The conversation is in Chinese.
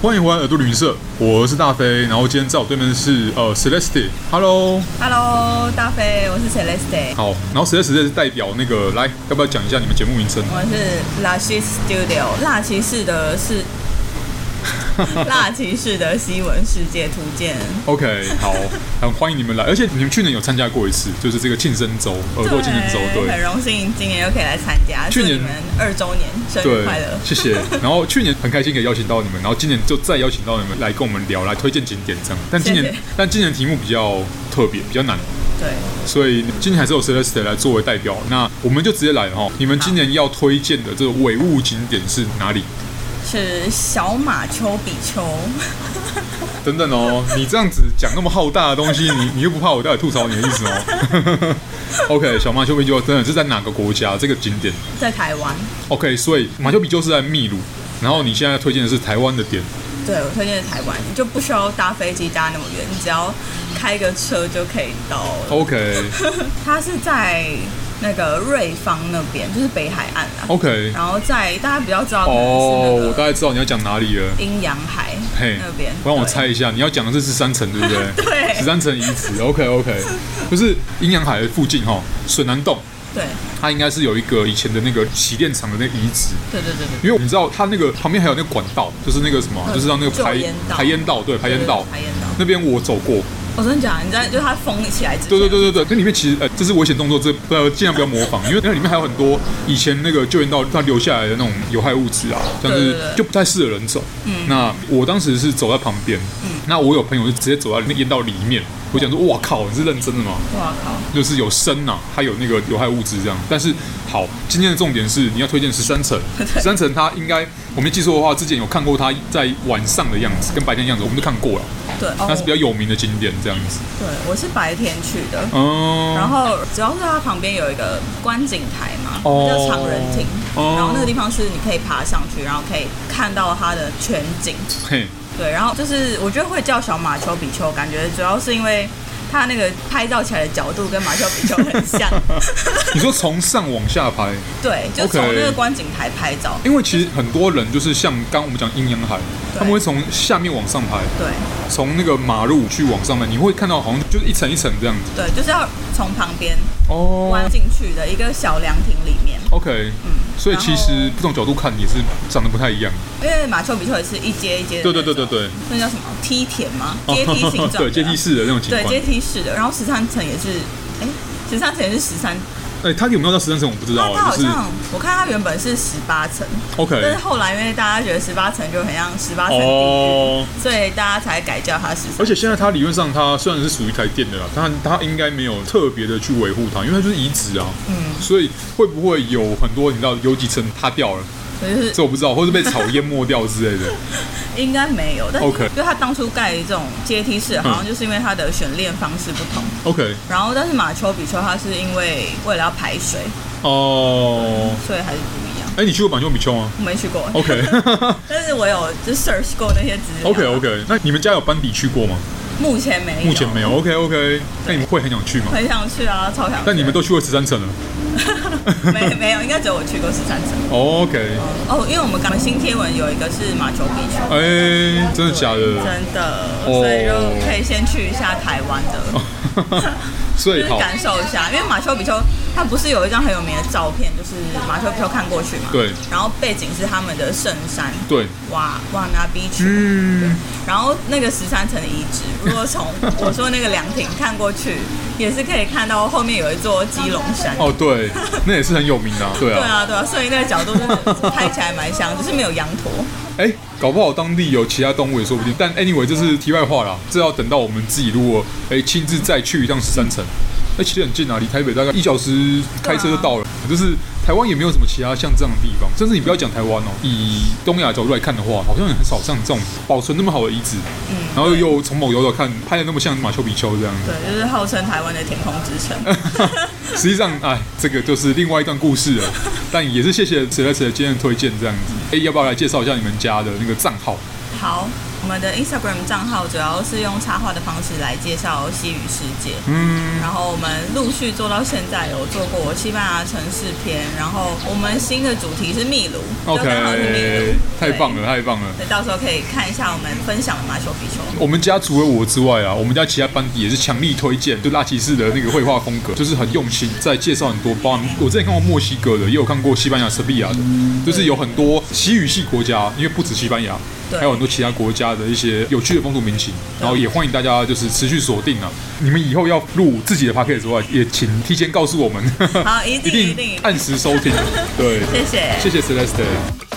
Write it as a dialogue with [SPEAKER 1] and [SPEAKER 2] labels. [SPEAKER 1] 欢迎回来耳朵旅行社，我是大飞，然后今天在我对面的是呃 Celeste，Hello，
[SPEAKER 2] Hello，大飞，我是 Celeste，
[SPEAKER 1] 好，然后 Celeste 是代表那个来，要不要讲一下你们节目名称？
[SPEAKER 2] 我是 La s h i Studio，辣骑士的是 辣骑士的西文世界图鉴。
[SPEAKER 1] OK，好，很欢迎你们来，而且你们去年有参加过一次，就是这个庆生周，耳朵庆生周，
[SPEAKER 2] 很
[SPEAKER 1] 对。
[SPEAKER 2] 荣幸今年又可以来参加，
[SPEAKER 1] 去
[SPEAKER 2] 祝
[SPEAKER 1] 年
[SPEAKER 2] 你们二周年生日
[SPEAKER 1] 对
[SPEAKER 2] 快乐，！
[SPEAKER 1] 谢谢。然后去年很开心可以邀请到你们，然后今年就再邀请到你们来跟我们聊，来推荐景点这样。但今年
[SPEAKER 2] 谢谢
[SPEAKER 1] 但今年题目比较特别，比较难，
[SPEAKER 2] 对，
[SPEAKER 1] 所以今年还是有 Celeste 来作为代表。那我们就直接来哈，你们今年要推荐的这个唯物景点是哪里？
[SPEAKER 2] 是小马丘比丘，
[SPEAKER 1] 等等哦，你这样子讲那么浩大的东西，你你又不怕我待会吐槽你的意思哦 ？OK，小马丘比丘真的是在哪个国家？这个景点
[SPEAKER 2] 在台湾。
[SPEAKER 1] OK，所以马丘比丘是在秘鲁，然后你现在推荐的是台湾的点。
[SPEAKER 2] 对我推荐的台湾，你就不需要搭飞机搭那么远，你只要开个车就可以到了。
[SPEAKER 1] OK
[SPEAKER 2] 它是在那个瑞芳那边，就是北海岸啊。
[SPEAKER 1] OK，
[SPEAKER 2] 然后在大家比较知道可能
[SPEAKER 1] 哦，
[SPEAKER 2] 是
[SPEAKER 1] 我
[SPEAKER 2] 那
[SPEAKER 1] 大
[SPEAKER 2] 个
[SPEAKER 1] 概知道你要讲哪里了。
[SPEAKER 2] 阴阳海
[SPEAKER 1] 嘿
[SPEAKER 2] 那边，。
[SPEAKER 1] 我让我
[SPEAKER 2] 对
[SPEAKER 1] 猜，一下，你要讲的是十三层对不对？
[SPEAKER 2] 对
[SPEAKER 1] 十三层遗址。OK OK，就是阴阳海的附近哈、哦，水南洞，
[SPEAKER 2] 对
[SPEAKER 1] 它应该是有一个以前的那个洗炼厂的那个遗址。
[SPEAKER 2] 对对对对，
[SPEAKER 1] 因为你知道它那个旁边还有那个管道，就是那个什么，
[SPEAKER 2] 嗯
[SPEAKER 1] 就是让那个排
[SPEAKER 2] 救烟道
[SPEAKER 1] 排烟道，对排烟道
[SPEAKER 2] 对对对排烟道
[SPEAKER 1] 那边我走过，
[SPEAKER 2] 我真的讲，你知道，就是它封起来之前，
[SPEAKER 1] 对对对对对，那里面其实呃，这是危险动作，这呃尽量不要模仿，因为那里面还有很多以前那个救援道它留下来的那种有害物质啊，但
[SPEAKER 2] 对
[SPEAKER 1] 是
[SPEAKER 2] 对对
[SPEAKER 1] 就不太适合人走。那我当时是走在旁边，那我有朋友就直接走在那烟道里面，我讲说，哇靠，你是认真的吗？
[SPEAKER 2] 哇靠，
[SPEAKER 1] 就是有砷呐、还有那个有害物质这样。但是好，今天的重点是你要推荐十三 层，十三层它应该我没记错的话，之前有看过它在晚上的样子跟白天的样子，我们都看过了，
[SPEAKER 2] 对哦，
[SPEAKER 1] 它是比较有名的景点这样子。
[SPEAKER 2] 对，我是白天去的。
[SPEAKER 1] 嗯，
[SPEAKER 2] 然后主要是它旁边有一个观景台嘛，
[SPEAKER 1] 哦
[SPEAKER 2] 叫常人亭。
[SPEAKER 1] 哦
[SPEAKER 2] 然后那个地方是你可以爬上去，然后可以看到它的全景。
[SPEAKER 1] 嘿，
[SPEAKER 2] 对，然后就是我觉得会叫小马丘比丘，感觉主要是因为它那个拍照起来的角度跟马丘比丘很 像。
[SPEAKER 1] 你说从上往下拍，
[SPEAKER 2] 对，就
[SPEAKER 1] OK
[SPEAKER 2] 从那个观景台拍照。
[SPEAKER 1] 因为其实很多人就是像刚我们讲阴阳海，
[SPEAKER 2] 对
[SPEAKER 1] 他们会从下面往上拍，
[SPEAKER 2] 对
[SPEAKER 1] 从那个马路去往上拍，你会看到好像就是一层一层这样子。
[SPEAKER 2] 对，就是要从旁边
[SPEAKER 1] 哦嗯
[SPEAKER 2] 弯进去的一个小凉亭里面，
[SPEAKER 1] ，OK，所以其实不同角度看也是长得不太一样。
[SPEAKER 2] 因为马丘比丘也是一阶一阶的
[SPEAKER 1] 对
[SPEAKER 2] 那
[SPEAKER 1] 对
[SPEAKER 2] 种，
[SPEAKER 1] 对对对。
[SPEAKER 2] 那叫什么梯田吗？阶梯形状
[SPEAKER 1] 哦
[SPEAKER 2] 的啊
[SPEAKER 1] 对阶梯式的那种景
[SPEAKER 2] 对
[SPEAKER 1] 观。
[SPEAKER 2] 阶梯式的，然后十三层也是，哎，十三层也是十三，
[SPEAKER 1] 哎、它有没有到十三层我不知
[SPEAKER 2] 它
[SPEAKER 1] 道、
[SPEAKER 2] 它
[SPEAKER 1] 啊，
[SPEAKER 2] 好
[SPEAKER 1] 就是
[SPEAKER 2] 像我看它原本是十八层，但
[SPEAKER 1] OK
[SPEAKER 2] 是后来因为大家觉得十八层就很像十八层地狱，
[SPEAKER 1] 哦。
[SPEAKER 2] 所以大家才改叫它十三。
[SPEAKER 1] 而且现在它理论上，它虽然是属于台电的啦，但它应该没有特别的去维护它，因为它就是遗址啊。嗯。所以会不会有很多你知道有几层塌掉 了，
[SPEAKER 2] 就是
[SPEAKER 1] 这我不知道，或是被草淹没掉之类的。
[SPEAKER 2] 应该没有，但是
[SPEAKER 1] OK 嗯
[SPEAKER 2] 就它当初盖这种阶梯式，好像就是因为它的选练方式不同。
[SPEAKER 1] OK，
[SPEAKER 2] 然后，但是马丘比丘它是因为为了要排水，
[SPEAKER 1] 哦、
[SPEAKER 2] 所以还是不一样。
[SPEAKER 1] 哎、你去过板丘比丘吗
[SPEAKER 2] 我没去过
[SPEAKER 1] ？OK
[SPEAKER 2] 但是我有就 search 过那些资料。
[SPEAKER 1] OK OK，那你们家有班底去过吗？
[SPEAKER 2] 目前没有，
[SPEAKER 1] 目前没有。OK OK，那你们会很想去吗？
[SPEAKER 2] 很想去啊，超想去。
[SPEAKER 1] 但你们都去过十三层了。
[SPEAKER 2] 没没有，应该只有我去过十三层。
[SPEAKER 1] OK，
[SPEAKER 2] 哦，因为我们刚新贴文有一个是马丘比丘，
[SPEAKER 1] 哎、真的假的？
[SPEAKER 2] 真的，
[SPEAKER 1] 哦
[SPEAKER 2] 所以就可以先去一下台湾的。
[SPEAKER 1] 所
[SPEAKER 2] 就
[SPEAKER 1] 以
[SPEAKER 2] 是
[SPEAKER 1] 好，
[SPEAKER 2] 感受一下，因为马丘比丘它不是有一张很有名的照片，就是马丘比丘看过去嘛，
[SPEAKER 1] 对，
[SPEAKER 2] 然后背景是他们的圣山
[SPEAKER 1] 对，
[SPEAKER 2] 瓦瓦纳比丘，
[SPEAKER 1] 嗯，
[SPEAKER 2] 然后那个十三层的遗址，如 果从我说那个凉亭看过去，也是可以看到后面有一座基隆山。
[SPEAKER 1] 哦，对，那也是很有名 的、啊，对
[SPEAKER 2] 对
[SPEAKER 1] 啊，
[SPEAKER 2] 啊，对啊，所以那个角度真的拍起来蛮像，只是没有羊驼。
[SPEAKER 1] 哎、搞不好当地有其他动物也说不定。但 anyway，这是题外话啦，这要等到我们自己如果哎亲、自再去一趟十三层，哎、其实很近啊，离台北大概一小时开车就到了。
[SPEAKER 2] 啊
[SPEAKER 1] 就是台湾也没有什么其他像这样的地方，甚至你不要讲台湾哦，以东亚角度来看的话，好像很少像这种保存那么好的遗址，
[SPEAKER 2] 嗯
[SPEAKER 1] 然后又从某角度看拍的那么像马丘比丘这样子。
[SPEAKER 2] 对，就是号称台湾的天空之城。
[SPEAKER 1] 实际上，哎，这个就是另外一段故事了。但也是谢谢谁来谁今天的推荐这样子。哎，要不要来介绍一下你们家的那个账号？
[SPEAKER 2] 好，我们的 Instagram 账号主要是用插画的方式来介绍西语世界。
[SPEAKER 1] 嗯，
[SPEAKER 2] 然后我们陆续做到现在，有做过西班牙城市篇，然后我们新的主题是秘鲁就刚好是秘
[SPEAKER 1] OK，
[SPEAKER 2] 鲁，
[SPEAKER 1] 太棒
[SPEAKER 2] 对
[SPEAKER 1] 了，太棒了。
[SPEAKER 2] 对，到时候可以看一下我们分享的马丘比丘。
[SPEAKER 1] 我们家除了我之外啊，我们家其他班底也是强力推荐，就拉骑士的那个绘画风格，就是很用心，在介绍很多，包含我之前看过墨西哥的，也有看过西班牙、塞比亚的，就是有很多西语系国家，因为不止西班牙，
[SPEAKER 2] 对
[SPEAKER 1] 还有很多其他国家的一些有趣的风土民情，然后也欢迎大家就是持续锁定啊。你们以后要录自己的 p o d c a s t 的话，也请提前告诉我们，
[SPEAKER 2] 好，一定一定，
[SPEAKER 1] 按时收听。对，
[SPEAKER 2] 谢谢。
[SPEAKER 1] 谢谢 Celeste。